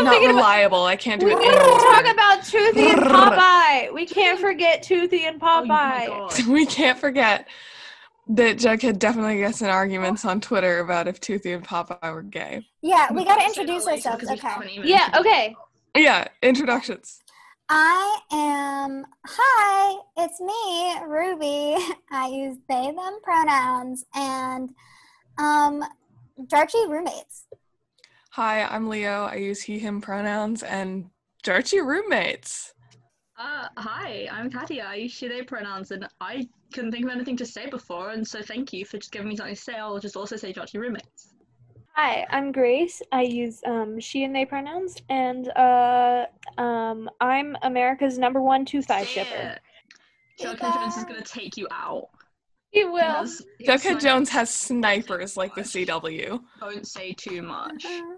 reliable. I can't do We it. need to talk about Toothy and Popeye. We can't forget Toothy and Oh my Popeye. God. we can't forget that Jughead definitely gets in arguments on Twitter about if Toothy and Popeye were gay. Yeah, we gotta Actually, introduce no, wait, ourselves. because we Okay. haven't even yeah, introduced- okay. Yeah, introductions. I am. Hi, it's me, Ruby. I use they, them pronouns, and um, Darchy roommates. Hi, I'm Leo. I use he, him pronouns and Jarchi roommates. Uh, hi, I'm Katia. I use she, they pronouns, and I couldn't think of anything to say before, and so thank you for just giving me something to say. I'll just also say judge your roommates. Hi, I'm Grace. I use um, she and they pronouns, and uh, um, I'm America's number one tooth eye shipper. Joe Jones is gonna take you out. He He will. has- he has Jughead snipers. Jones has snipers like the CW. Don't say too much. Mhm.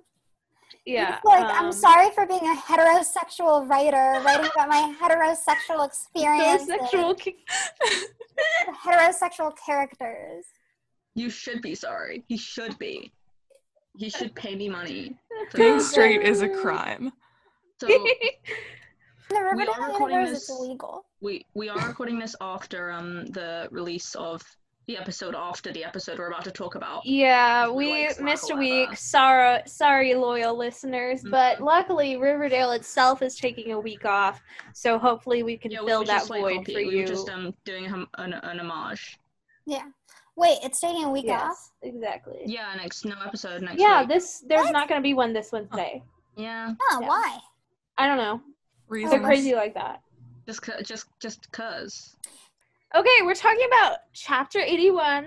Yeah. It's like, I'm um, sorry for being a heterosexual writer, writing about my heterosexual so experience. sexual ki- Heterosexual characters. You should be sorry. He should be. He should pay me money. for Being this. straight is a crime. So In the are Riverdale recording universe, this- it's illegal. we we are recording this after um the release of the episode after the episode we're about to talk about. yeah, Like we slack missed a leather. week. Sorry, sorry, loyal listeners, Mm-hmm. but luckily Riverdale itself is taking a week off, so hopefully we can Yeah, we fill were that just, like, void copy- for We you. were just um doing him an, an homage. Yeah. Wait, it's taking a week off? yes, exactly. Yeah, Yeah, next no episode next week. this there's What? not going to be one this Wednesday. yeah, Oh, Yeah. why? I don't know. They're Reasons. crazy like that. just cu- just just cause. Okay, we're talking about chapter 81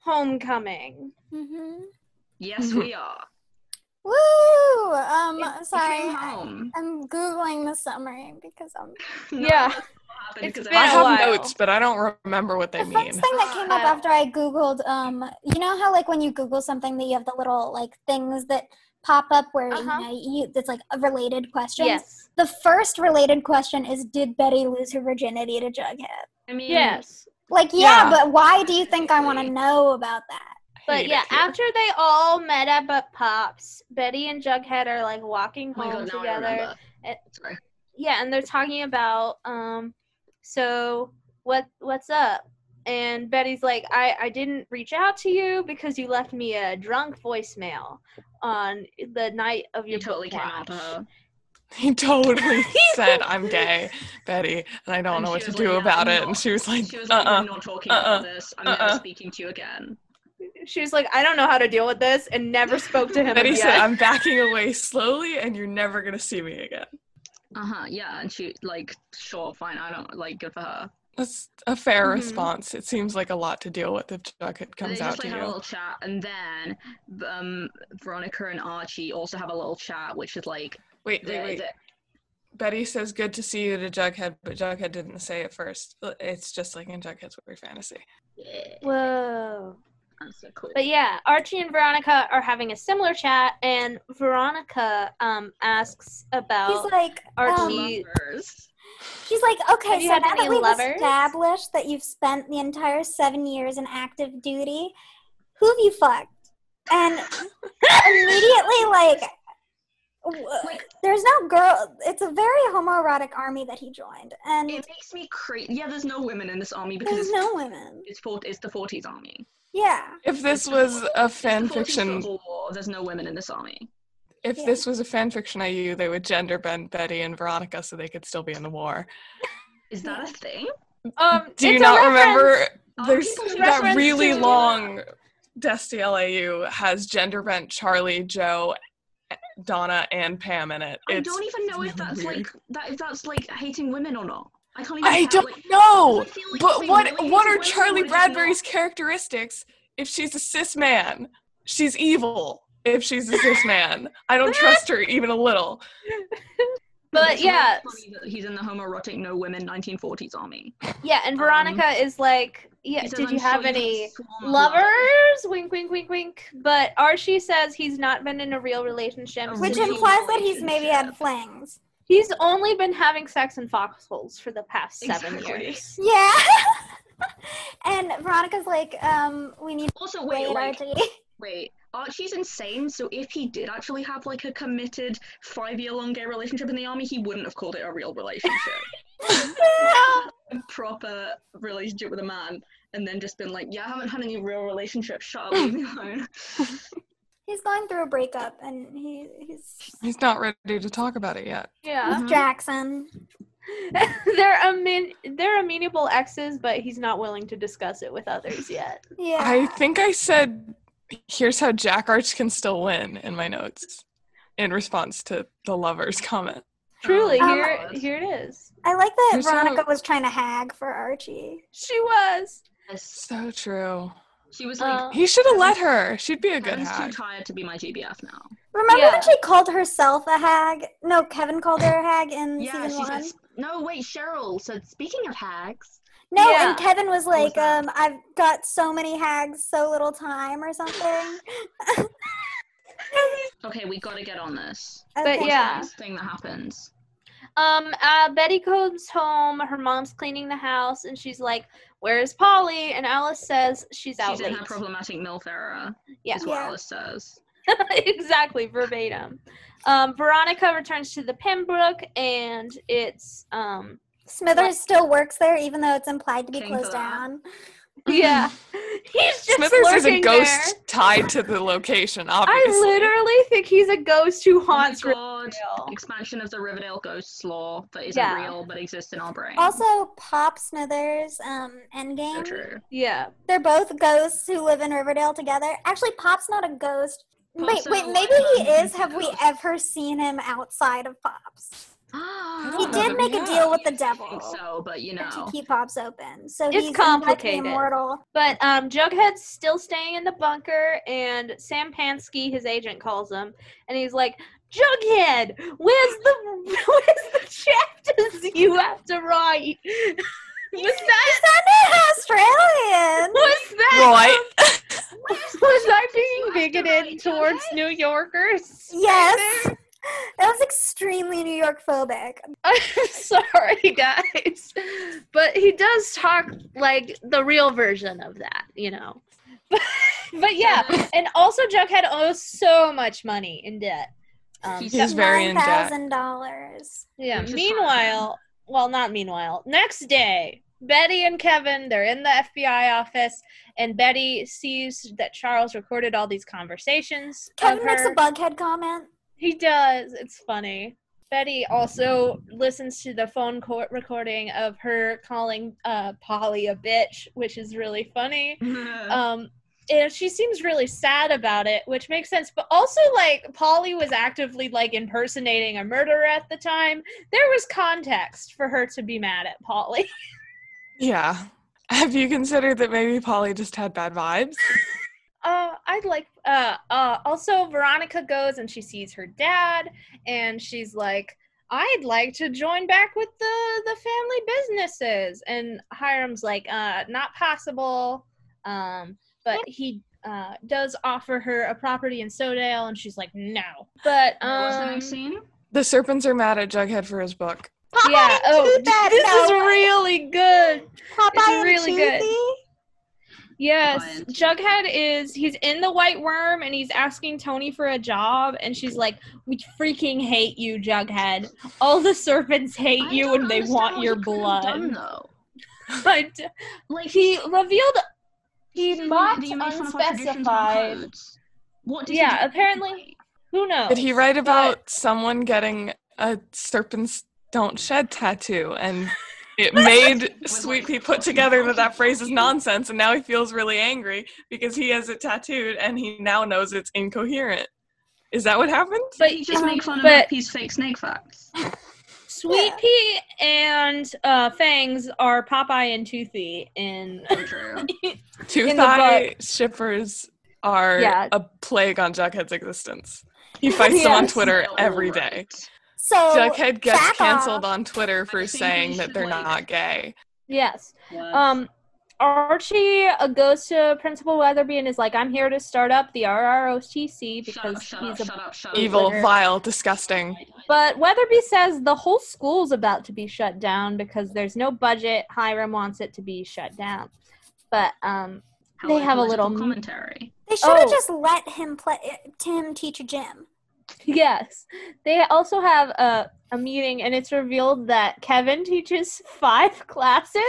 Homecoming. Mm-hmm. Yes, we are. Woo! Um, It- sorry. Came I- home. I'm googling the summary because um, No, Yeah. that's what happened, It's because been I a have while. notes, but I don't remember what they the mean. first thing that came up Uh, after I googled um, you know how like when you Google something that you have the little like things that pop up where you Uh-huh. know you it's like a related question. Yes. The first related question is, did Betty lose her virginity to Jughead? I mean, Yes. Like, yeah, Yeah. but why do you think I want to know about that? But Hate yeah, it here. after they all met up at Pops, Betty and Jughead are like walking Oh my home god, now I together. Uh, remember. It- Sorry. yeah and they're talking about um so what what's up and betty's like i i didn't reach out to you because you left me a drunk voicemail on the night of You your totally book came out for launch." her. He totally said, I'm gay, Betty, and I don't And know she what to was do like, "No, about I'm it. And not." she was like, She was uh like, uh "I'm not talking uh-uh, about this. I'm never uh-uh." speaking to you again." she was like i don't know how to deal with this and never spoke to him Betty again. said, I'm backing away slowly, and you're never going to see me again. Uh huh. Yeah, and she like, sure, fine. I don't like good for her. That's a fair Mhm. response. It seems like a lot to deal with if Jughead So comes Mm-hmm. out they just to like have a you. little chat, and then um, Veronica and Archie also have a little chat, which is like, Wait, they- wait, wait. they- Betty says, Good to see you to Jughead, but Jughead didn't say it first. It's just like in Jughead's Weird Fantasy. yeah, whoa that's so cool. But yeah, Archie and Veronica are having a similar chat, and Veronica um, asks about He's like, Archie. um, Lovers. he's like, okay, Have you so had now that any we've lovers? established that you've spent the entire seven years in active duty, who have you fucked? And immediately, like, w- there's no girl. It's a very homoerotic army that he joined, and It makes me crazy. Yeah, there's no women in this army because there's it's, no women. it's, for- it's the 40s army. Yeah. If this was a fan It's the 40s fiction, Civil War, There's no women in this army. if Yeah. this was a fan fiction IU, they would gender bend Betty and Veronica so they could still be in the war. Is that a thing? um, Do you it's a not reference. remember? Oh, There's people that reference really to- long Dusty LAU has gender bent Charlie, Joe, Donna, and Pam in it. I It's, don't even know if that's weird. like that. If that's like hating women or not. I can't even. I tell, don't like, 'cause know. I feel like But it's what related what to are women, Charlie what is not. Bradbury's characteristics if she's a cis man? She's evil if she's a cis man. I don't trust her even a little. But It's really yeah, funny that he's in the homoerotic no women 1940s army. Yeah, and Um, Veronica is like, yeah, He says, did "I'm you sure have a any swarm of lovers? Wink, wink, wink, wink. But Archie says he's not been in a real relationship. A Which Which real- implies that he's maybe had relationship. flings. he's only been having sex in foxholes for the past seven Exactly. years. Yeah. and Veronica's like, um, we need Also, to wait, wait, like, RG. wait. Archie's insane, so if he did actually have like a committed five year long gay relationship in the army, he wouldn't have called it a real relationship. a proper relationship with a man and then just been like, Yeah, I haven't had any real relationship, shut up, leave me alone. He's going through a breakup, and he, he's He's not ready to talk about it yet. Yeah. Mhm. Jackson. they're amen they're amenable exes, but he's not willing to discuss it with others yet. Yeah. I think I said, here's how Jack Arch can still win in my notes in response to the lover's comment. Truly, Oh, here God. here it is. I like that There's Veronica no- was trying to hag for Archie. She was. Yes. So true. She was like, Uh, He should have let her. She'd be a good Kevin's too hack. tired to be my GBF now. Remember Yeah. when she called herself a hag? No, Kevin called her a hag in Yeah, season she one. said, No, wait, Cheryl said, Speaking of hags, No, Yeah. and Kevin was What was like, that? um, I've got so many hags, so little time, or something. okay, we gotta get on this. But Okay. yeah. This thing that happens. Um, uh, Betty comes home. Her mom's cleaning the house, and she's like, "Where's Polly?" And Alice says she's out She's in late. her problematic MILF era, Yeah. is what Yeah. Alice says. exactly verbatim. Um, Veronica returns to the Pembroke, and it's um, Smithers still works there, even though it's implied to be King closed for that. down. yeah, he's just Smithers is a lurking ghost there. tied to the location, obviously. I literally think he's a ghost who Oh my haunts Riverdale. God. Expansion of the Riverdale ghosts law that isn't Yeah. real but exists in our brain. Also, Pop Smithers, um, Endgame. so true. Yeah, They're both ghosts who live in Riverdale together. Actually, Pop's not a ghost. wait, Pop's wait, not maybe a he is. Have we ghost. ever seen him outside of Pop's? He Oh, did make a yeah. deal with the I devil think so, but you know. to keep Pop's open, so It's he's invited to be complicated. immortal. but um, Jughead's still staying in the bunker, and Sam Pansky, his agent, calls him, and he's like, "Jughead, where's the where's the chapters you have to write?" was that He's Australian. was that Right? was I being have to bigoted write, towards New Yorkers? Yes. That was extremely New York phobic. I'm sorry, guys. But he does talk like the real version of that, you know. But, but yeah, and also Jughead owes so much money in debt. Um, He's He's very in debt. dollars. yeah. Which is Meanwhile, well, not meanwhile. Next day, Betty and Kevin they're in the FBI office, and Betty sees that Charles recorded all these conversations. of Kevin makes a her. bughead comment. He does. It's funny. Betty also listens to the phone co- recording of her calling uh, Polly a bitch, which is really funny. Um, and she seems really sad about it, which makes sense. But also, like Polly was actively like impersonating a murderer at the time. There was context for her to be mad at Polly. Yeah. Have you considered that maybe Polly just had bad vibes? Uh, I'd like. Uh, uh, also, Veronica goes and she sees her dad, and she's like, "I'd like to join back with the the family businesses." And Hiram's like, "Uh, not possible." Um, but he uh does offer her a property in Sodale, and she's like, "No." But What was the um, next scene? The serpents are mad at Jughead for his book. yeah. Oh, do that, this is no. really good. Popeye and really good. Cheesy? Yes, Giant. Jughead is he's in the White Worm and he's asking Tony for a job, and she's like, "We freaking hate you, Jughead. All the serpents hate I you, don't and they understand want what your he could have Done, blood." though. But Like he revealed he's he in mocked the emotional contradictions and unspecified. codes. What did Yeah, he do? apparently- Who knows? Did he write about someone getting a serpents don't shed tattoo and it made Sweet Pea put together that that phrase is nonsense and now he feels really angry because he has it tattooed and he now knows it's incoherent. Is that what happened? But Did he just make fun of but- his fake snake facts? Sweet Yeah. Pea and uh, Fangs are Popeye and Toothy, and So true. Tooth the Eye shippers are Yeah. a plague on Jughead's existence. He fights them on Yes. Twitter Not every all day. right. So Jughead gets back canceled off. on Twitter for think we saying that should, they're like- not gay. yes, What? Um, Archie uh, goes to Principal Weatherby and is like, "I'm here to start up the RROTC shut up, because shut up, he's a." shut up, shut up. Evil, Twitter. vile, disgusting. But Weatherby says the whole school's about to be shut down because there's no budget. Hiram wants it to be shut down, but um, how They like, have a political little- commentary. They should have Oh. just let him play Tim teach Jim. Yes. They also have a, a meeting, and it's revealed that Kevin teaches five classes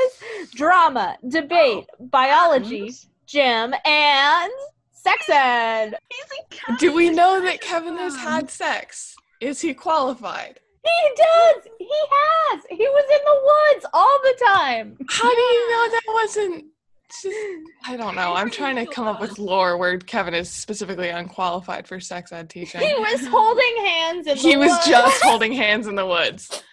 drama, debate, Oh. biology, He's gym, and sex ed. a cat. Do we know that Kevin Um, has had sex? Is he qualified? He does! He has! He was in the woods all the time. How do you know that wasn't? Just, I don't know. I'm trying to come up with lore where Kevin is specifically unqualified for sex ed He teaching. was holding hands in the He was woods. just holding hands in the woods.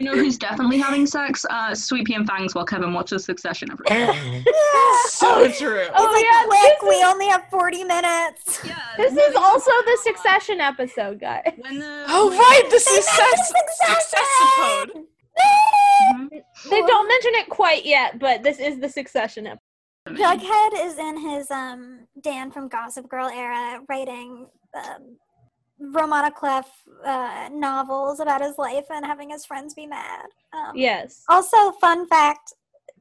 You know who's definitely having sex? Uh, Sweet Pea and Fangs while Kevin watches Succession every day. Yeah. So true. Oh, it's like yeah, quick. this We is- only have forty minutes. Yeah, This no, is yeah. also the Succession episode, guys. When the Oh when- right, this They is mentioned sex success Succession! code. Mhm. They don't mention it quite yet, but this is the Succession episode. Jughead is in his um Dan from Gossip Girl era writing um, Romana Clef uh, novels about his life and having his friends be mad. Um, Yes. Also, fun fact: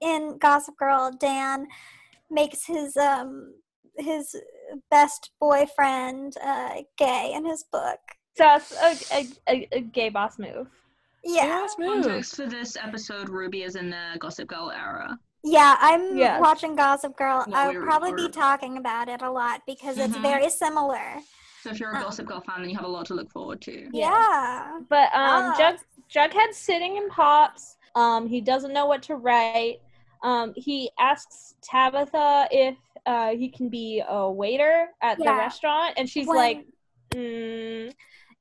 in Gossip Girl, Dan makes his um his best boyfriend uh, gay in his book. So that's a, a, a, a gay boss move. Yeah, Yes, move. Context for this episode: Ruby is in the Gossip Girl era. yeah. I'm Yes. watching Gossip Girl. Well, I'll we were- probably be we're- talking about it a lot because it's Mhm. very similar. So if you're a Um, Gossip Girl fan, then you have a lot to look forward to. Yes. Yeah. But um, Ah. Jug, Jughead's sitting in Pops. Um, he doesn't know what to write. Um, he asks Tabitha if uh, he can be a waiter at the Yeah. restaurant, and she's When- like, mm.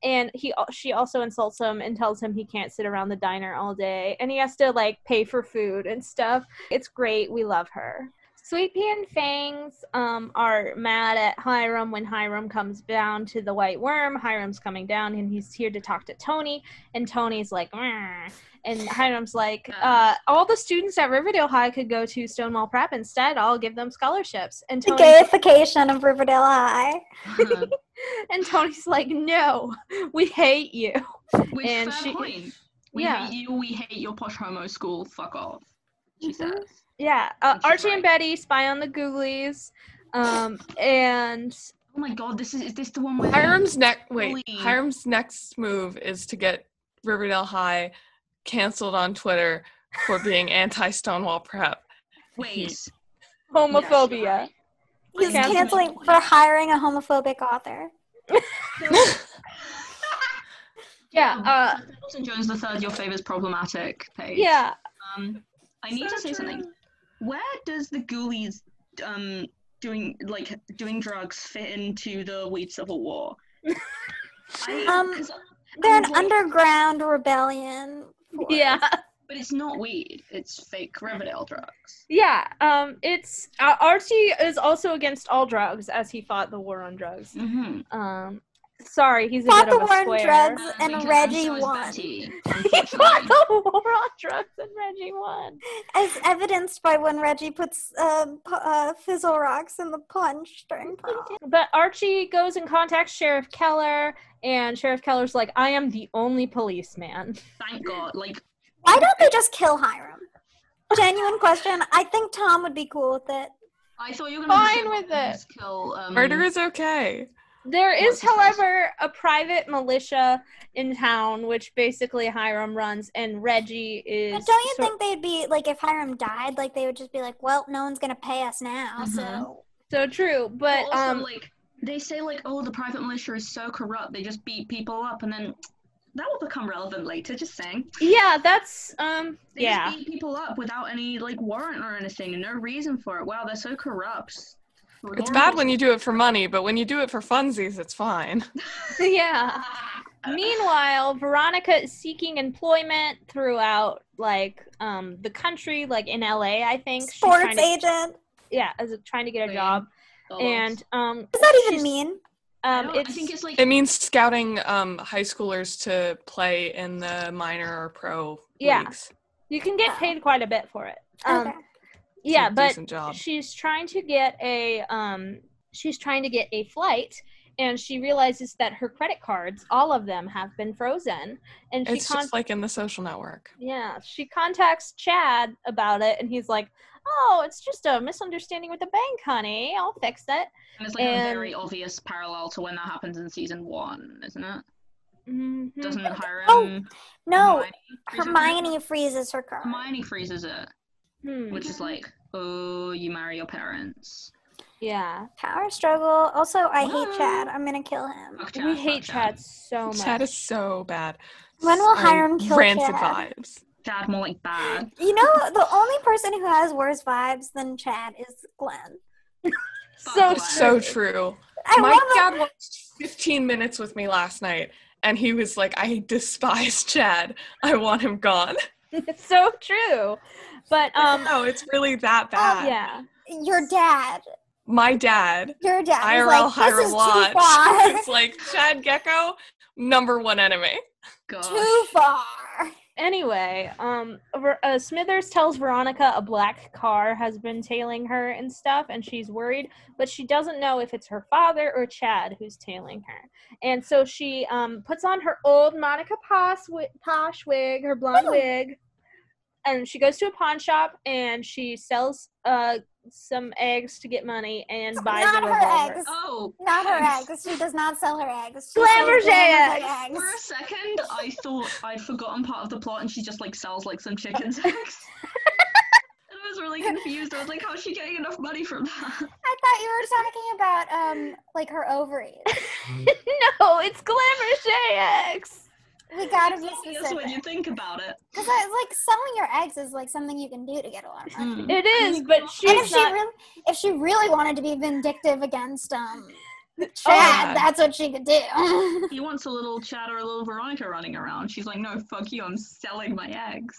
and he al- she also insults him and tells him he can't sit around the diner all day, and he has to like pay for food and stuff. It's great. We love her. Sweet Pea and Fangs um, are mad at Hiram when Hiram comes down to the White Worm. Hiram's coming down and he's here to talk to Tony, and Tony's like, "Grr." and Hiram's like, uh, all the students at Riverdale High could go to Stonewall Prep instead. I'll give them scholarships. And the Tony's, gayification of Riverdale High. and Tony's like, no, we hate you. Which And fair she- point. We Yeah. hate you. We hate your posh homo school. Fuck off. She Mhm. says. Yeah, uh, And she's Archie right. and Betty spy on the Googlies, um, and Oh my god, this is is this the one where Hiram's next wait. Bully. Hiram's next move is to get Riverdale High canceled on Twitter for being anti Stonewall prep. wait homophobia. Yes, He's Okay. canceling for hiring a homophobic author. Yeah, uh, Elton Jones the third, your favor's problematic page. yeah. Um, I need to say something. Where does the Ghoulies um doing like doing drugs fit into the Weed Civil War? I, Um, 'cause- They're an Like- underground rebellion. for- Yeah, but it's not weed. It's fake Riverdale drugs. yeah. Um, it's uh, Archie is also against all drugs as he fought the war on drugs. Mm-hmm. Uh, Um, sorry, he's a Fought bit the of war a on square. drugs. And Reggie won. He fought the war on drugs and Reggie won. As evidenced by when Reggie puts uh, p- uh, fizzle rocks in the punch during prom. But Archie goes and contacts Sheriff Keller, and Sheriff Keller's like, "I am the only policeman." Thank God. Like Why don't they just kill Hiram? Genuine question. I think Tom would be cool with it. I thought you were gonna Fine say, with "Oh, it. just Kill, Mm. um, Murder is okay. There is, What's his face? however, a private militia in town, which basically Hiram runs, and Reggie is. But don't you sor- think they'd be like, if Hiram died, like they would just be like, well, no one's gonna pay us now, Mm-hmm. so. so true? But But also, um, like they say, like oh, the private militia is so corrupt. They just beat people up, and then that will become relevant later. Just saying. yeah, that's um, They yeah. just beat people up without any like warrant or anything, and no reason for it. Wow, they're so corrupt. It's bad when you do it for money, but when you do it for funsies, it's fine. yeah. Meanwhile, Veronica is seeking employment throughout like um the country, like in LA, I think. She's trying Sports to- agent. yeah, as a, trying to get a Lame. job. And um Does that even she's- mean? um I it's, think it's like It means scouting um, high schoolers to play in the minor or pro Yeah. leagues. you can get paid quite a bit for it. Um Okay. It's a yeah, but decent job. she's trying to get a um she's trying to get a flight and she realizes that her credit cards, all of them have been frozen and she It's con- just like in the social network. Yeah, she contacts Chad about it, and he's like, oh, it's just a misunderstanding with the bank, honey. I'll fix it. And it's like a And- very obvious parallel to when that happens in season one, isn't it? Mhm. Doesn't Hiram? No, Hermione, freeze it? Hermione freezes her car. Hermione freezes it, Hmm. which is like, oh, you marry your parents. Yeah. Power struggle. Also, I hate Wow. Chad. I'm gonna kill him. Fuck we Chad, hate fuck Chad. Chad so much. Chad is so bad. When will So Hiram kill rancid Chad? vibes? Chad, more like bad. You know, the only person who has worse vibes than Chad is Glenn. so Fuck Glenn. So true. I My love dad watched 15 minutes with me last night, and he was like, "I despise Chad. I want him gone." it's so true. But um No, it's really that bad. yeah. your dad. My dad, Your dad. was IRL like, this Hiram is Lodge, too far. was like, "Chad Gecko, number one enemy." Gosh. too far. Anyway, um Ver- uh, Smithers tells Veronica a black car has been tailing her and stuff and she's worried, but she doesn't know if it's her father or Chad who's tailing her. And so she um puts on her old Monica Posh, wi- posh wig, her blonde Ooh. wig. And she goes to a pawn shop and she sells uh some eggs to get money and buys Not a her revolver. eggs. Oh, Not her eggs. eggs. She does not sell her eggs. She Glenn sells Roget Glenn Roget For a eggs. second, I thought I'd forgotten part of the plot, and she just like sells like some chicken's eggs. and I was really confused. I was like, how's she getting enough money from that? I thought you were talking about um like her ovaries. no, it's Glamour Shay X. We gotta be Yes, when you specific. think about it. Because it's like selling your eggs is like something you can do to get a lot of money. Mm. It is, but And if she's she not. really, if she really wanted to be vindictive against um Oh Chad, God. that's what she could do. He wants a little Chad or a little Veronica running around. She's like, no, fuck you, I'm selling my eggs.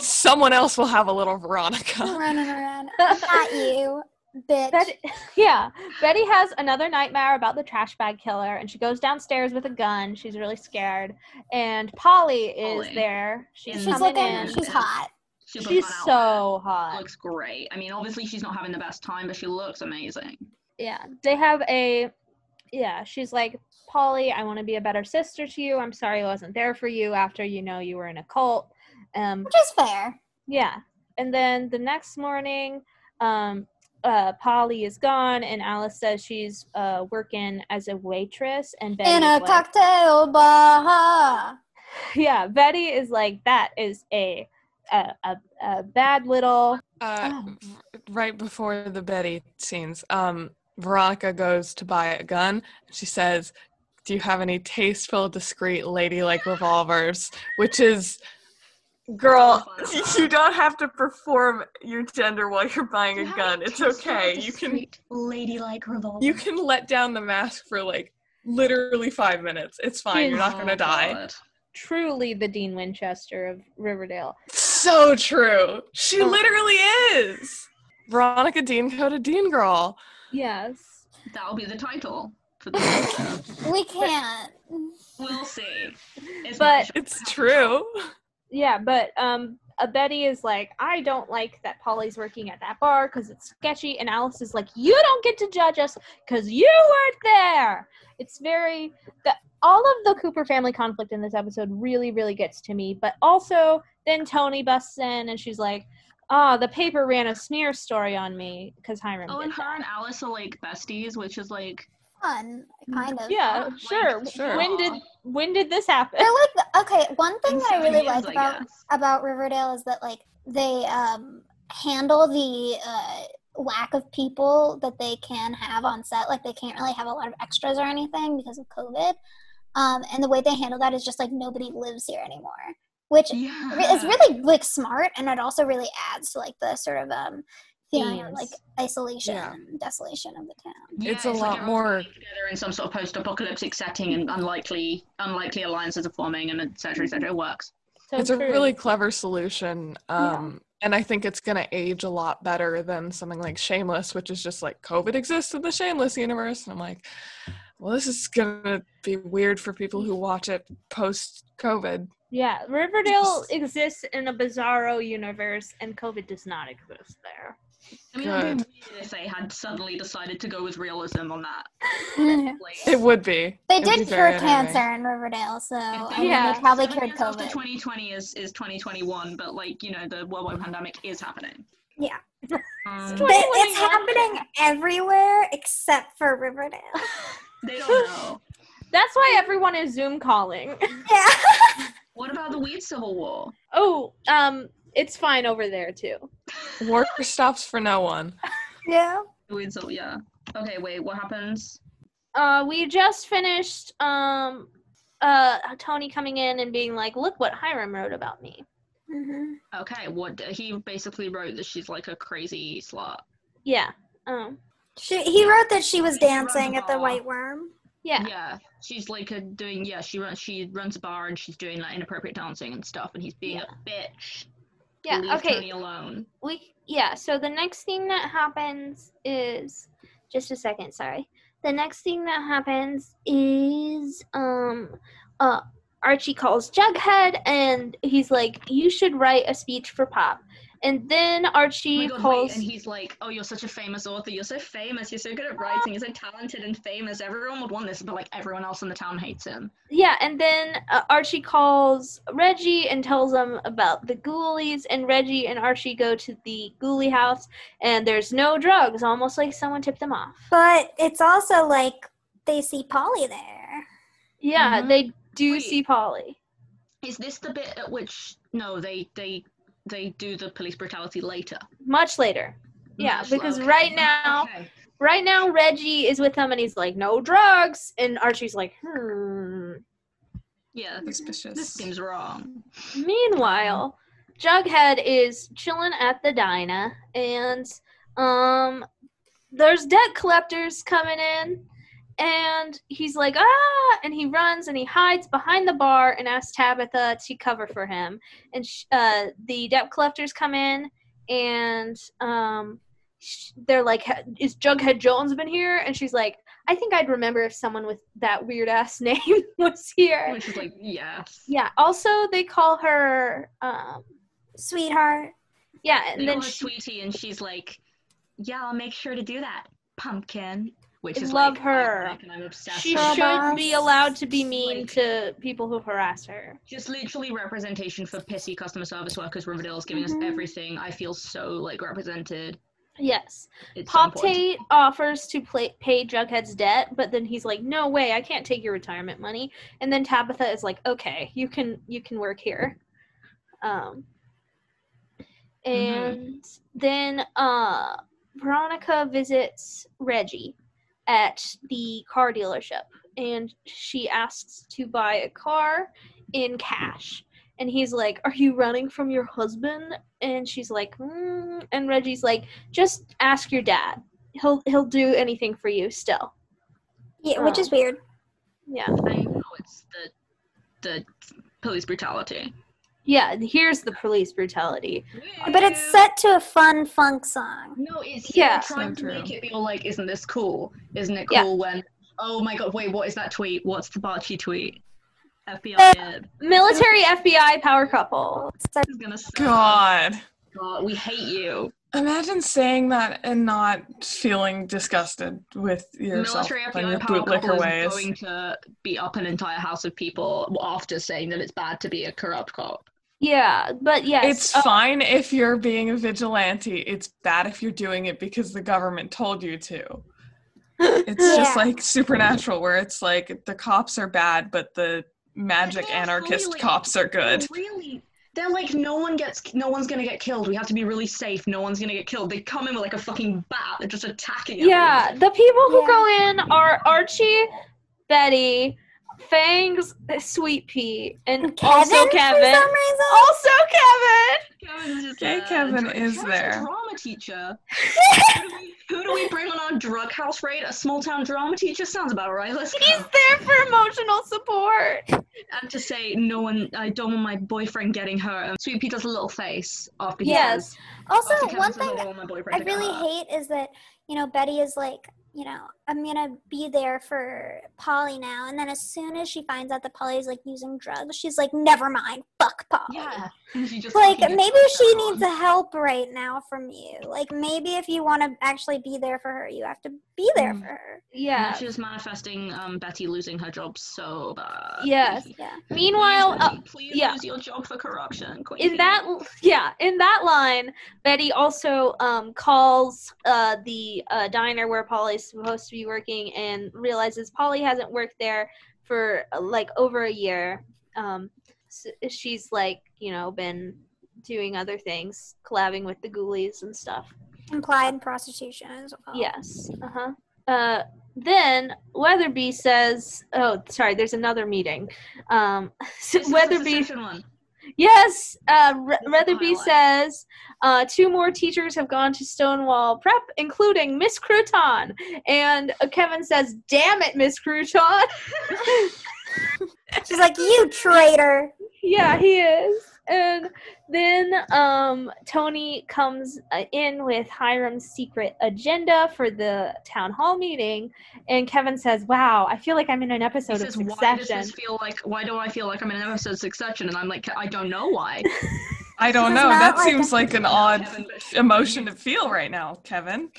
Someone else will have a little Veronica. Running around, not you, bitch. Betty, yeah, Betty has another nightmare about the trash bag killer, and she goes downstairs with a gun. She's really scared, and Polly is Polly. there. She's, she's coming looking, in. she's hot. She's, a She's fun outfit. so hot. Looks great. I mean, obviously, she's not having the best time, but she looks amazing. yeah they have a yeah she's like polly i want to be a better sister to you i'm sorry i wasn't there for you after you know you were in a cult um Which is fair. yeah and then the next morning um uh polly is gone and alice says she's uh working as a waitress and betty In a is like- cocktail bar. yeah betty is like that is a a, a, a bad little Uh, Oh. v- right before the Betty scenes, um, Veronica goes to buy a gun. She says, "Do you have any tasteful, discreet, ladylike revolvers?" Which is, girl, you don't have to perform your gender while you're buying a gun. It's okay. You can ladylike revolver. you can let down the mask for like literally five minutes. It's fine. You're not Oh, gonna die. God. truly the dean winchester of riverdale So true. She Oh. literally is. Veronica Dean Coda Dean Girl. yes That'll be the title for the episode. We can't. We'll see. It's But- not It's true. Yeah, but um, uh, Betty is like, I don't like that Polly's working at that bar because it's sketchy, and Alice is like, you don't get to judge us because you weren't there. It's very the all of the Cooper family conflict in this episode really, really gets to me. But also, then Tony busts in and she's like, "Ah, the paper ran a smear story on me because Hiram." Oh, did and her that." and Alice are like besties, which is like Fun, kind of. Yeah, Like, sure. sure. When did when did this happen? They're like the- okay. One thing that I really insane, like about guess. about Riverdale is that like they um, handle the uh, lack of people that they can have on set. Like they can't really have a lot of extras or anything because of COVID. Um, and the way they handle that is just like nobody lives here anymore, which re- yeah. is really like smart, and it also really adds to like the sort of um, feeling of, Themes. like isolation, Yeah. and desolation of the town. Yeah, It's a lot everyone's more- living together in some sort of post-apocalyptic setting, and unlikely, unlikely alliances are forming, and etc. Cetera, etc. Cetera. It works. So it's a true. really clever solution. Um, And I think it's going to age a lot better than something like Shameless, which is just like COVID exists in the Shameless universe. And I'm like, well, this is going to be weird for people who watch it post COVID. Yeah, Riverdale exists in a bizarro universe, and COVID does not exist there. I mean, it'd be Good. weird if they had suddenly decided to go with realism on that. Like, It would be. They It would be did very cure entertaining. cancer in Riverdale, so Oh, I mean, Yeah. they probably seven cured years after COVID. 2020 is is 2021, but like you know, the worldwide pandemic is happening. Yeah. Um, But it's happening everywhere except for Riverdale. they don't know. That's why everyone is Zoom calling. Yeah. What about the weed civil war? Oh, um, it's fine over there too. War stops for no one. yeah. The weed civil, yeah. Okay, wait, what happens? Uh, we just finished um, uh, Tony coming in and being like, "Look what Hiram wrote about me." hmm Okay, what he basically wrote that she's like a crazy slut. Yeah. Um. She, he wrote that she was She runs dancing a at the bar. White Worm. Yeah. she's like a, doing. Yeah, she runs. She runs a bar and she's doing like inappropriate dancing and stuff. And he's being a bitch. Yeah. Leave okay. Tony alone. we yeah so the next thing that happens is just a second sorry the next thing that happens is um uh archie calls jughead and he's like you should write a speech for pop and then Oh archie my God, calls wait, and he's like, "Oh, you're such a famous author. You're so famous. You're so good at writing. You're so talented and famous. Everyone would want this, but like everyone else in the town hates him." yeah and then uh, archie calls reggie and tells him about the ghoulies and reggie and archie go to the ghoulie house and there's no drugs almost like someone tipped them off But it's also like they see Polly there. yeah Mhm. they do Wait. see polly Is this the bit at which no, they they they do the police brutality later? much later Yeah, Much because later. right now- Okay. Right now, Reggie is with him and he's like, no drugs. And Archie's like, hmm. yeah, this, this Suspicious. seems wrong. Meanwhile, Jughead is chilling at the diner and um, there's debt collectors coming in. And he's like, ah, and he runs and he hides behind the bar and asks Tabitha to cover for him. And sh- uh, the debt collectors come in and um, sh- they're like, "Ha- is Jughead Jones been here? And she's like, I think I'd remember if someone with that weird ass name was here. Which is like, yes. Yeah. Also, they call her. Um, Sweetheart. yeah, and They then call her she, sweetie, and she's like, "Yeah, I'll make sure to do that, pumpkin." Which I is love like, her. iconic, and I'm obsessed she with Girl her. should be boss. allowed to be mean Like- to people who harass her. just literally representation for pissy customer service workers. Riverdale is giving Mm-hmm. Mhm. us everything. I feel so like represented. Yes. It's so Pop important. Tate offers to play, pay Jughead's debt, but then he's like, "No way, I can't take your retirement money." And then Tabitha is like, "Okay, you can you can work here." Um, and then uh, Veronica visits Reggie at the car dealership, and she asks to buy a car in cash. And he's like, "Are you running from your husband?" And she's like, mm. and Reggie's like, "Just ask your dad. He'll he'll do anything for you still." Yeah, which Oh. is weird. Yeah. I know Oh, it's the the police brutality. Yeah, and here's the police brutality. But it's set to a fun funk song. no, it's Yeah. yeah. Trying So to make true. it feel like, isn't this cool? Isn't it cool Yeah. when? Oh my god! Wait, what is that tweet? What's the Barchi tweet? FBI. Uh, Ed. Military FBI power couple. So- This is gonna suck. God. God, we hate you. Imagine saying that and not feeling disgusted with yourself military and your FBI power bootlicker couple ways. is going to beat up an entire house of people after saying that it's bad to be a corrupt cop. Yeah, but yes. It's uh, fine if you're being a vigilante. It's bad if you're doing it because the government told you to. It's just Yeah. like supernatural, where it's like the cops are bad, but the magic But they're anarchist fully, like, cops are good. Really? They're like, no one gets, no one's gonna get killed. We have to be really safe. No one's gonna get killed. They come in with like a fucking bat. They're just attacking. yeah, the people who Yeah. go in are Archie, Betty, Fangs, Sweet Pea, and Kevin, also For Kevin. some reason. Also Kevin. everyone. Kevin's just Okay, there. Kevin uh, Dra- is Kevin's a there. drama teacher. who, do we, who do we bring on our drug house raid? A small town drama teacher sounds about right. Let's He's go. there for emotional support. And to say, no one, I don't want my boyfriend getting hurt. And Sweet Pea does a little face after he Yes. says, Also, after Kevin one says, I thing don't want "Oh, my boyfriend I to get really hurt. hate is that, you know, Betty is like, you know, I'm gonna be there for Polly now. And then as soon as she finds out that Polly's like using drugs, she's like, never mind, fuck Polly. Yeah. She just Like fucking maybe gets she that on. needs a help right now from you. Like maybe if you want to actually be there for her, you have to be there Mm. for her. Yeah, Yeah. she was manifesting um, Betty losing her job so bad. Yes. Yeah. Meanwhile, please, uh, Betty, please yeah. lose your job for corruption. Queen. in that yeah, in that line, Betty also um, calls uh, the uh, diner where Polly's supposed to be working and realizes Polly hasn't worked there for uh, like over a year. Um, s she's like, you know, been doing other things, collabing with the Ghoulies and stuff. Implied prostitution as well. Yes. Uh-huh. Uh then Weatherby says, "Oh, sorry. There's another meeting." Um, so This is the Weatherby, second one. yes. Uh, Re- is the Weatherby highlight. says, uh, two more teachers have gone to Stonewall Prep, including Miss Crouton. And uh, Kevin says, "Damn it, Miss Crouton." She's like, you traitor. yeah, he is. And then um, Tony comes uh, in with Hiram's secret agenda for the town hall meeting, and Kevin says, "Wow, I feel like I'm in an He episode of says, "Why does Succession." this feel like? Why do I feel like I'm in an episode of Succession?" And I'm like, "I don't know why." I This don't is know. not That like seems a- like an odd Kevin, but- emotion to feel right now, Kevin.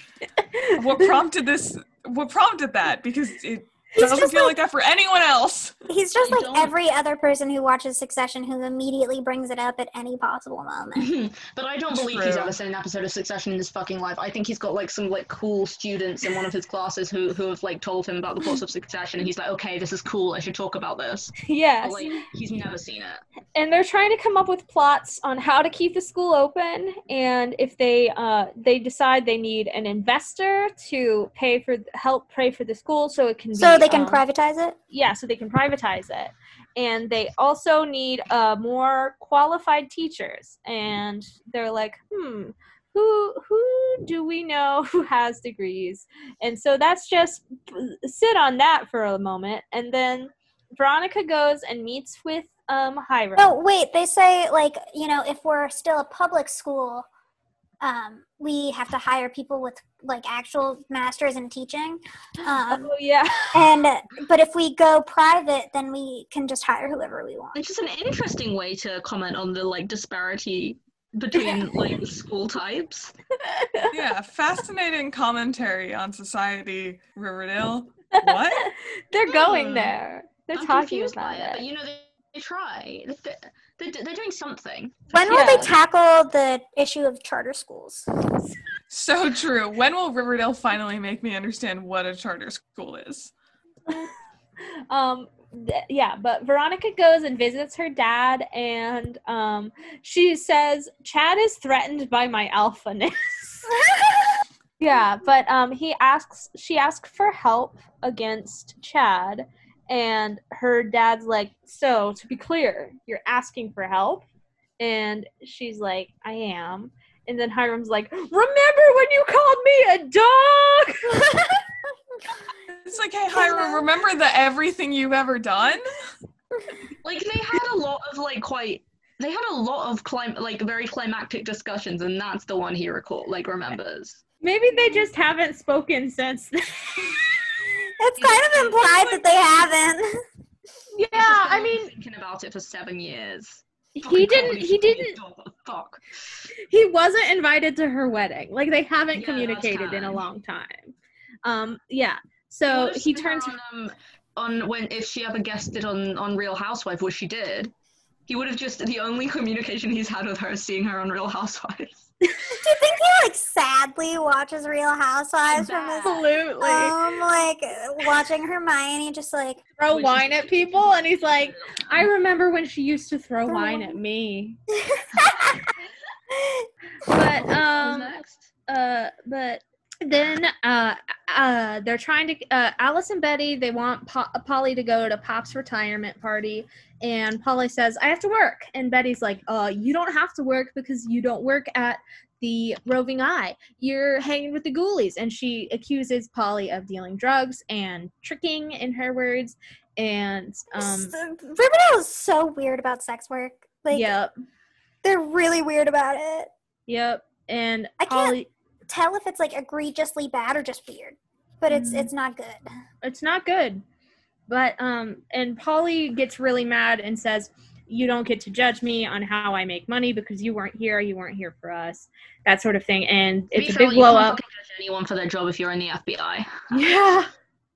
What prompted this? What prompted that? Because it He's doesn't just feel like that for anyone else. He's just You like don't- every other person who watches Succession who immediately brings it up at any possible moment. but I don't believe he's True. ever seen an episode of Succession in his fucking life. I think he's got like some like cool students in one of his classes who who have like told him about the plots of Succession, and he's like, "Okay, this is cool. I should talk about this." But, yes, like, he's never seen it. and they're trying to come up with plots on how to keep the school open, and if they uh, they decide they need an investor to pay for help pay for the school so it can So be, they can um, privatize it? yeah, so they can privatize it. And they also need uh, more qualified teachers. And they're like, hmm, who who do we know who has degrees? And so that's just sit on that for a moment. And then Veronica goes and meets with um, Hiram. No, wait. They say like you know, if we're still a public school, um, we have to hire people with like actual masters in teaching. Um, oh yeah, and but if we go private, then we can just hire whoever we want. It's just an interesting way to comment on the like disparity between like school types. Yeah, fascinating commentary on society, Riverdale. What? they're going Hmm. there. They're I'm talking confused about by it, it. but you know they, they try. They- They, they're doing something. When will they Yeah. tackle the issue of charter schools? So true. When will Riverdale finally make me understand what a charter school is? um th- yeah but veronica goes and visits her dad and um she says chad is threatened by my alphaness yeah but um he asks she asks for help against chad and her dad's like so to be clear you're asking for help and she's like i am and then hiram's like remember when you called me a dog It's like, hey, Hiram, remember the everything you've ever done? Like they had a lot of like quite. They had a lot of clim- like very climactic discussions, and that's the one he recall like remembers. maybe they just haven't spoken since then It's kind of implied that they haven't. Yeah, This has been I on mean, thinking about it for seven years. he Fucking didn't. comedy He should be a didn't. dog, Fuck. He wasn't invited to her wedding. Like they haven't Yeah, that's communicated in a kind. long time. Um. Yeah. So What if he they turns. were on, um, on when if she ever guested on on Real Housewives, which she did. He would have just the only communication he's had with her is seeing her on Real Housewives. Do you think he like sadly watches Real Housewives from his Absolutely. home, like watching Hermione just like throw Which is- wine at people, and he's like, "I remember when she used to throw wine at me." But um. next. Uh, but then uh, uh, they're trying to uh, alice and betty they want po- uh, polly to go to pop's retirement party and polly says i have to work and betty's like uh, you don't have to work because you don't work at the roving eye you're hanging with the ghoulies and she accuses polly of dealing drugs and tricking in her words and um S- Riverdale is so weird about sex work. Like yep they're really weird about it. yep and I can't- polly Tell if it's like egregiously bad or just weird. But it's Mhm. it's not good. it's not good. But um and Polly gets really mad and says, you don't get to judge me on how I make money because you weren't here, you weren't here for us, that sort of thing. And To be it's a fair, big you blow can't up. fucking judge anyone for their job if you're in the FBI. Yeah.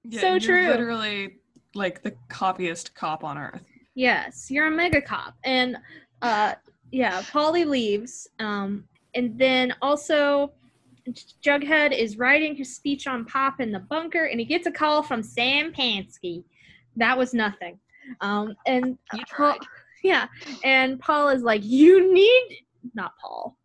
Yeah, So you're true. Literally, like the coppiest cop on earth. Yes, you're a mega cop. And uh yeah, Polly leaves. Um and then also Jughead is writing his speech on Pop in the bunker and he gets a call from Sam Pansky. That was nothing. Um and You Paul, tried. yeah, and Paul is like, "You need not Paul."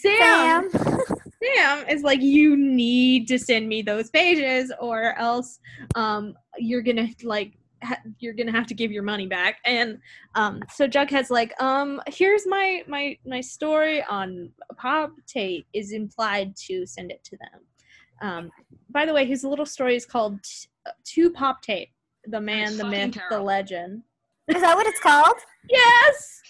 Sam, Sam. Sam is like, "You need to send me those pages, or else um, you're gonna like." Ha- you're gonna have to give your money back and um so jughead's like um here's my my my story on pop tate is implied to send it to them um by the way his little story is called T- uh, to pop tate the man It's the fucking myth the terrible. legend Is that what it's called? yes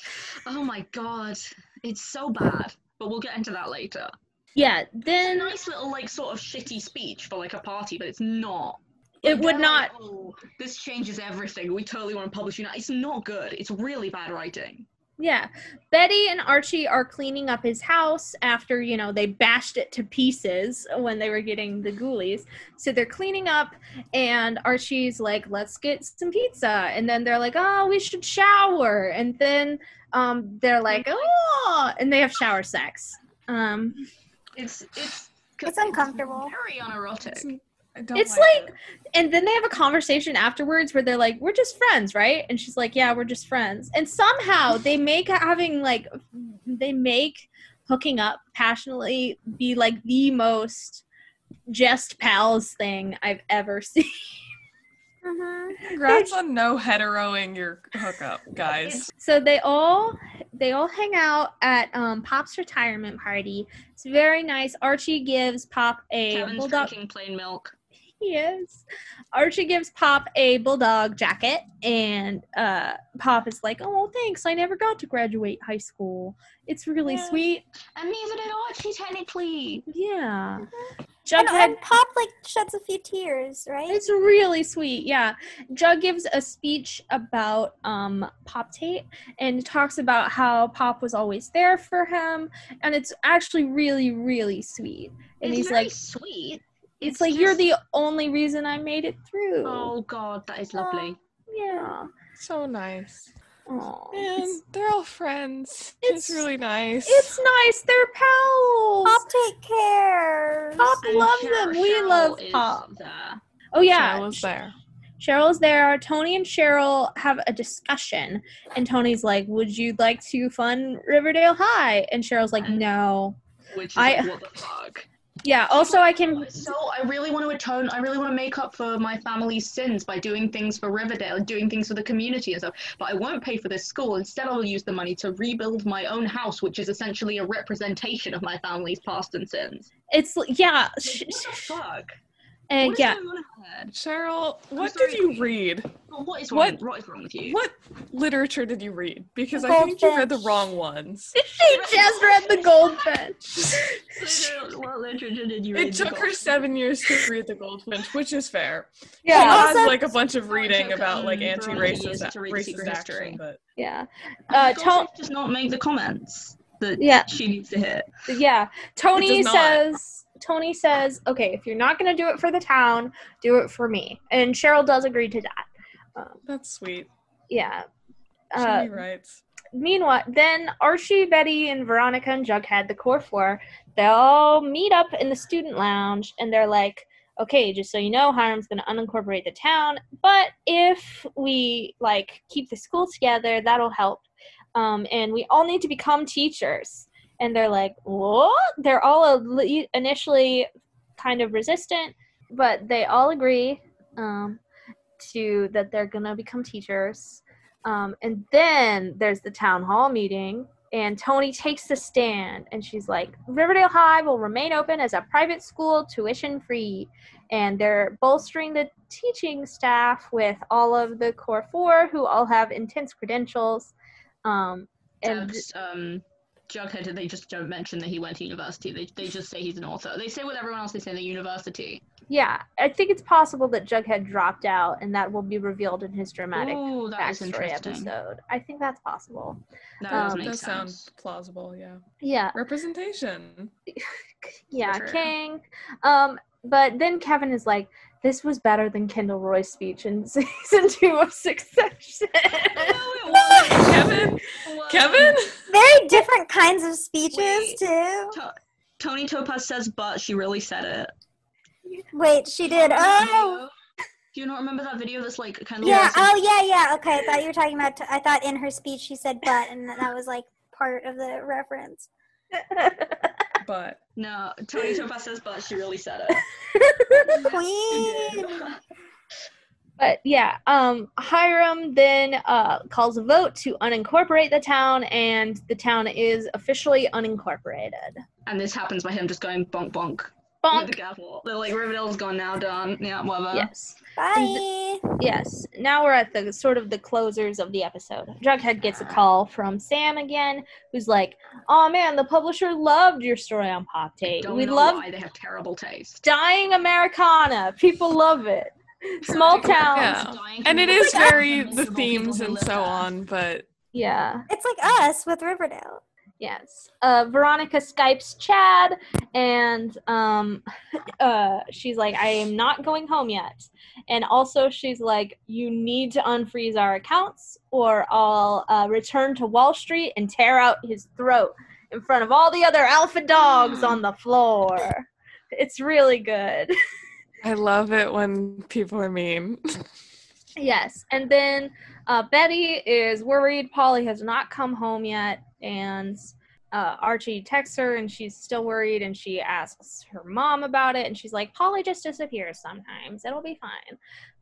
Oh my god, it's so bad. But we'll get into that later. Yeah, It's a then nice little like sort of shitty speech for like a party, but it's not. it would They're not. like, oh, this changes everything. We totally want to publish you now. It's not good. It's really bad writing. Yeah. Betty and Archie are cleaning up his house after, you know, they bashed it to pieces when they were getting the ghoulies. So they're cleaning up, and Archie's like, let's get some pizza. And then they're like, oh, we should shower. And then um, they're like, oh, and they have shower sex. Um, It's it's It's uncomfortable. Very unerotic. I don't It's like, it. and then they have a conversation afterwards where they're like we're just friends right and she's like yeah we're just friends and somehow they make having like they make hooking up passionately be like the most just pals thing i've ever seen Mhm. Mm-hmm. Congrats on no heteroing your hookup, guys. so they all they all hang out at um, pop's retirement party it's very nice archie gives pop a Kevin's bulldog drinking plain milk. He is. Archie gives Pop a bulldog jacket, and uh, Pop is like, "Oh, thanks! I never got to graduate high school. It's really Yeah. sweet." And neither did Archie technically. Yeah, Mm-hmm. And, Jughead. and Pop like sheds a few tears, right? It's really sweet, yeah. Jug gives a speech about um, Pop Tate and talks about how Pop was always there for him, and it's actually really, really sweet. And it's he's very like, sweet. "It's it's like you're just- the only reason I made it through." Oh god, that is lovely. yeah. So nice. Aw. And It's- they're all friends. It's, It's- really nice. It's nice. They're pals. Pop take care. Pop And loves Cheryl- them. We Cheryl love is Pop. there. Oh yeah. Cheryl was there. Cheryl's there. Tony and Cheryl have a discussion, and Tony's like, "Would you like to fund Riverdale High?" And Cheryl's like, And- "No." Which is I- like, what the fuck. Yeah. Also, I can. So I really want to atone. I really want to make up for my family's sins by doing things for Riverdale, doing things for the community and stuff. But I won't pay for this school. Instead, I will use the money to rebuild my own house, which is essentially a representation of my family's past and sins. It's yeah. sh- Like, what the sh- fuck? And Uh, what is yeah. going on in my head? Cheryl, what sorry. did you read? Well, What is wrong? What- What, what is wrong with you? What literature did you read? Because I think you read the Goldfinch. wrong ones. She just read the Goldfinch. Liter- what literature uh, did you read? It took her seven years to read The Goldfinch, which is fair. Yeah. She has Also- like a bunch of reading took, about like um, Veronica years anti-racist to read racist Secret action, History. but Yeah. Uh, Uh, Tony. does not make the comments that Yeah. she needs to hear. Yeah. Tony It does not. says Tony says, "Okay, if you're not going to do it for the town, do it for me." And Cheryl does agree to that. Um, that's sweet. yeah. She Uh, writes. meanwhile, then Archie, Betty, and Veronica and Jughead, the core four, they all meet up in the student lounge and they're like, okay, just so you know, Hiram's going to unincorporate the town, but if we like keep the school together, that'll help. Um, and we all need to become teachers. And they're like, what? They're all ali- initially kind of resistant, but they all agree um, to that they're going to become teachers. Um, and then there's the town hall meeting, and Tony takes the stand, and she's like, Riverdale High will remain open as a private school, tuition free. And they're bolstering the teaching staff with all of the core four who all have intense credentials. Um, and Deb's, um, Jughead, they just don't mention that he went to university. They, they just say he's an author. They say what everyone else they say in the university. Yeah, I think it's possible that Jughead dropped out, and that will be revealed in his dramatic Ooh, that was backstory interesting. episode. I think that's possible. That Um, does Oh, That make does sound sense. plausible, yeah. Yeah, Representation. yeah, Sure. King. Um, but then Kevin is like, "This was better than Kendall Roy's speech in season two of Succession." Kevin? Whoa. Kevin? Very different kinds of speeches Wait. too. To- Tony Topaz says, but she really said it. Wait, she did. Oh, Do you not remember that video that's like kind of yeah. Oh, yeah, yeah. Okay, I thought you were talking about. I thought in her speech she said "but," and that was like part of the reference. But No, Tony Topaz says, but she really said it. Queen. but yeah, um, Hiram then uh, calls a vote to unincorporate the town, and the town is officially unincorporated. and this happens by him just going bonk bonk, with the Bonk. gavel. They're like, Riverdale's gone now, done. Yeah, whatever. Yes. Bye. Yes. Now we're at the sort of the closers of the episode. Jughead gets a call from Sam again, who's like, "Oh man, the publisher loved your story on Pop Tape. Don't We know love why they have terrible taste. dying Americana. People love it. Small towns. Yeah. and it is very the themes and so on, but Yeah. It's like us with Riverdale. Yes. Uh, Veronica Skypes Chad, and um, uh, she's like, I am not going home yet. And also, she's like, You need to unfreeze our accounts, or I'll uh, return to Wall Street and tear out his throat in front of all the other alpha dogs on the floor. It's really good. I love it when people are mean. Yes, and then uh, Betty is worried. Polly has not come home yet, and uh, Archie texts her, and she's still worried. And she asks her mom about it, and she's like, "Polly just disappears sometimes. It'll be fine."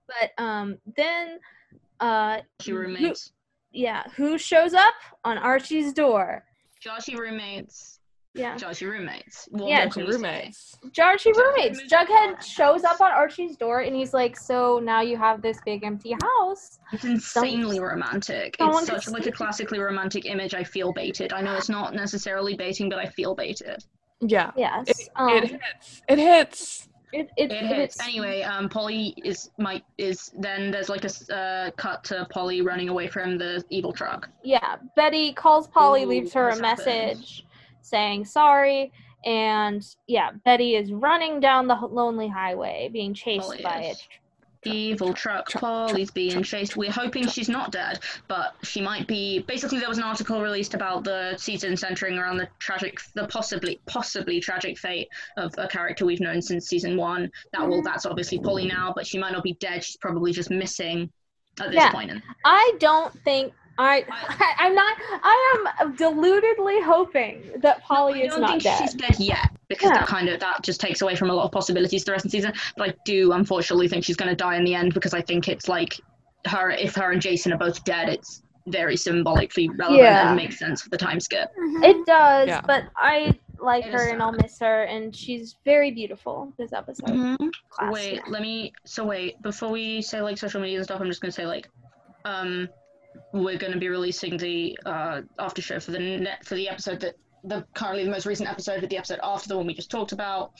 But um, then, uh, Joshy roommates. yeah, who shows up on Archie's door? Joshy roommates. Yeah, Joshy roommates. Well, Yeah, what can we say? roommates. Archie Jughead roommates. moves Jughead on. shows up on Archie's door, and he's like, "So now you have this big empty house." It's insanely romantic. Someone It's such just- like a classically romantic image. I feel baited. I know it's not necessarily baiting, but I feel baited. Yeah. Yes, It, um, it hits. It hits. it, it, It hits. it's- Anyway, um, Polly is Mike is then there's like a s- uh, cut to Polly running away from the evil truck. yeah, Betty calls Polly, Ooh, leaves her a this happens. message saying sorry, and yeah, Betty is running down the h- lonely highway, being chased Polly by is. it. Evil truck, truck, Polly's truck, being truck, chased. We're hoping she's not dead, but she might be. Basically, there was an article released about the season centering around the tragic, the possibly, possibly tragic fate of a character we've known since season one. That will, Mhm. that's obviously Polly now, but she might not be dead. She's probably just missing at this Yeah. point. And I don't think I, I I- I'm not I am deludedly hoping that Polly I is don't not think dead. she's dead yet because Yeah. that kind of that just takes away from a lot of possibilities the rest of the season. But I do unfortunately think she's going to die in the end because I think it's like her if her and Jason are both dead, it's very symbolically relevant Yeah. and makes sense for the time skip. It does, Yeah. but I like It her is and I'll sad. miss her, and she's very beautiful this episode. Mm-hmm. Class, Wait, yeah. let me. So wait, before we say like social media and stuff, I'm just gonna say like, um, we're gonna be releasing the uh after show for the net for the episode that the currently the most recent episode, but the episode after the one we just talked about.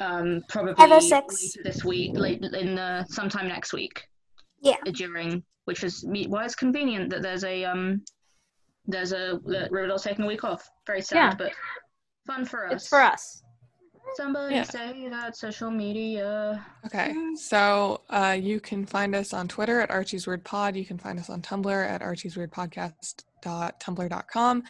Um, probably Ever six. later this week, late in the sometime next week. Uh, Yeah. During which is me- why it's convenient that there's a um, there's a that Riverdale's taking a week off. Very sad, Yeah. but fun for us. It's for us. Somebody Yeah. say that social media. Okay. So uh, you can find us on Twitter at Archie's Word Pod. You can find us on Tumblr at Archie's Weird Podcast.tumblr.com.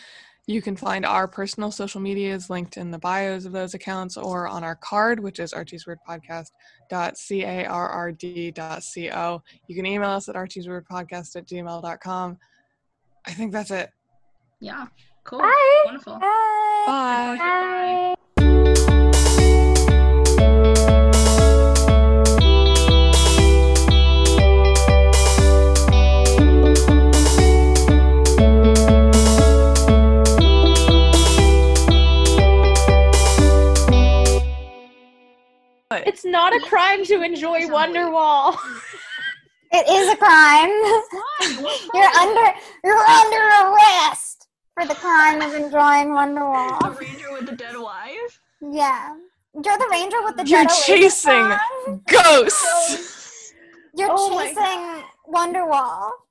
You can find our personal social medias linked in the bios of those accounts or on our card, which is Archie's Weird Podcast.carrd.co. You can email us at Archie's Weird Podcast at gmail.com. I think that's it. Yeah. Cool. Bye. Wonderful. Bye. Bye. Bye. It's not a crime to enjoy Please Wonderwall. It is a crime. Why? What's You're wrong? under. You're under arrest for the crime of enjoying The Wonderwall. ranger with the dead wife. Yeah. You're the ranger with the You're Jedi chasing Ranger song. Ghosts! You're Oh my chasing Wonderwall.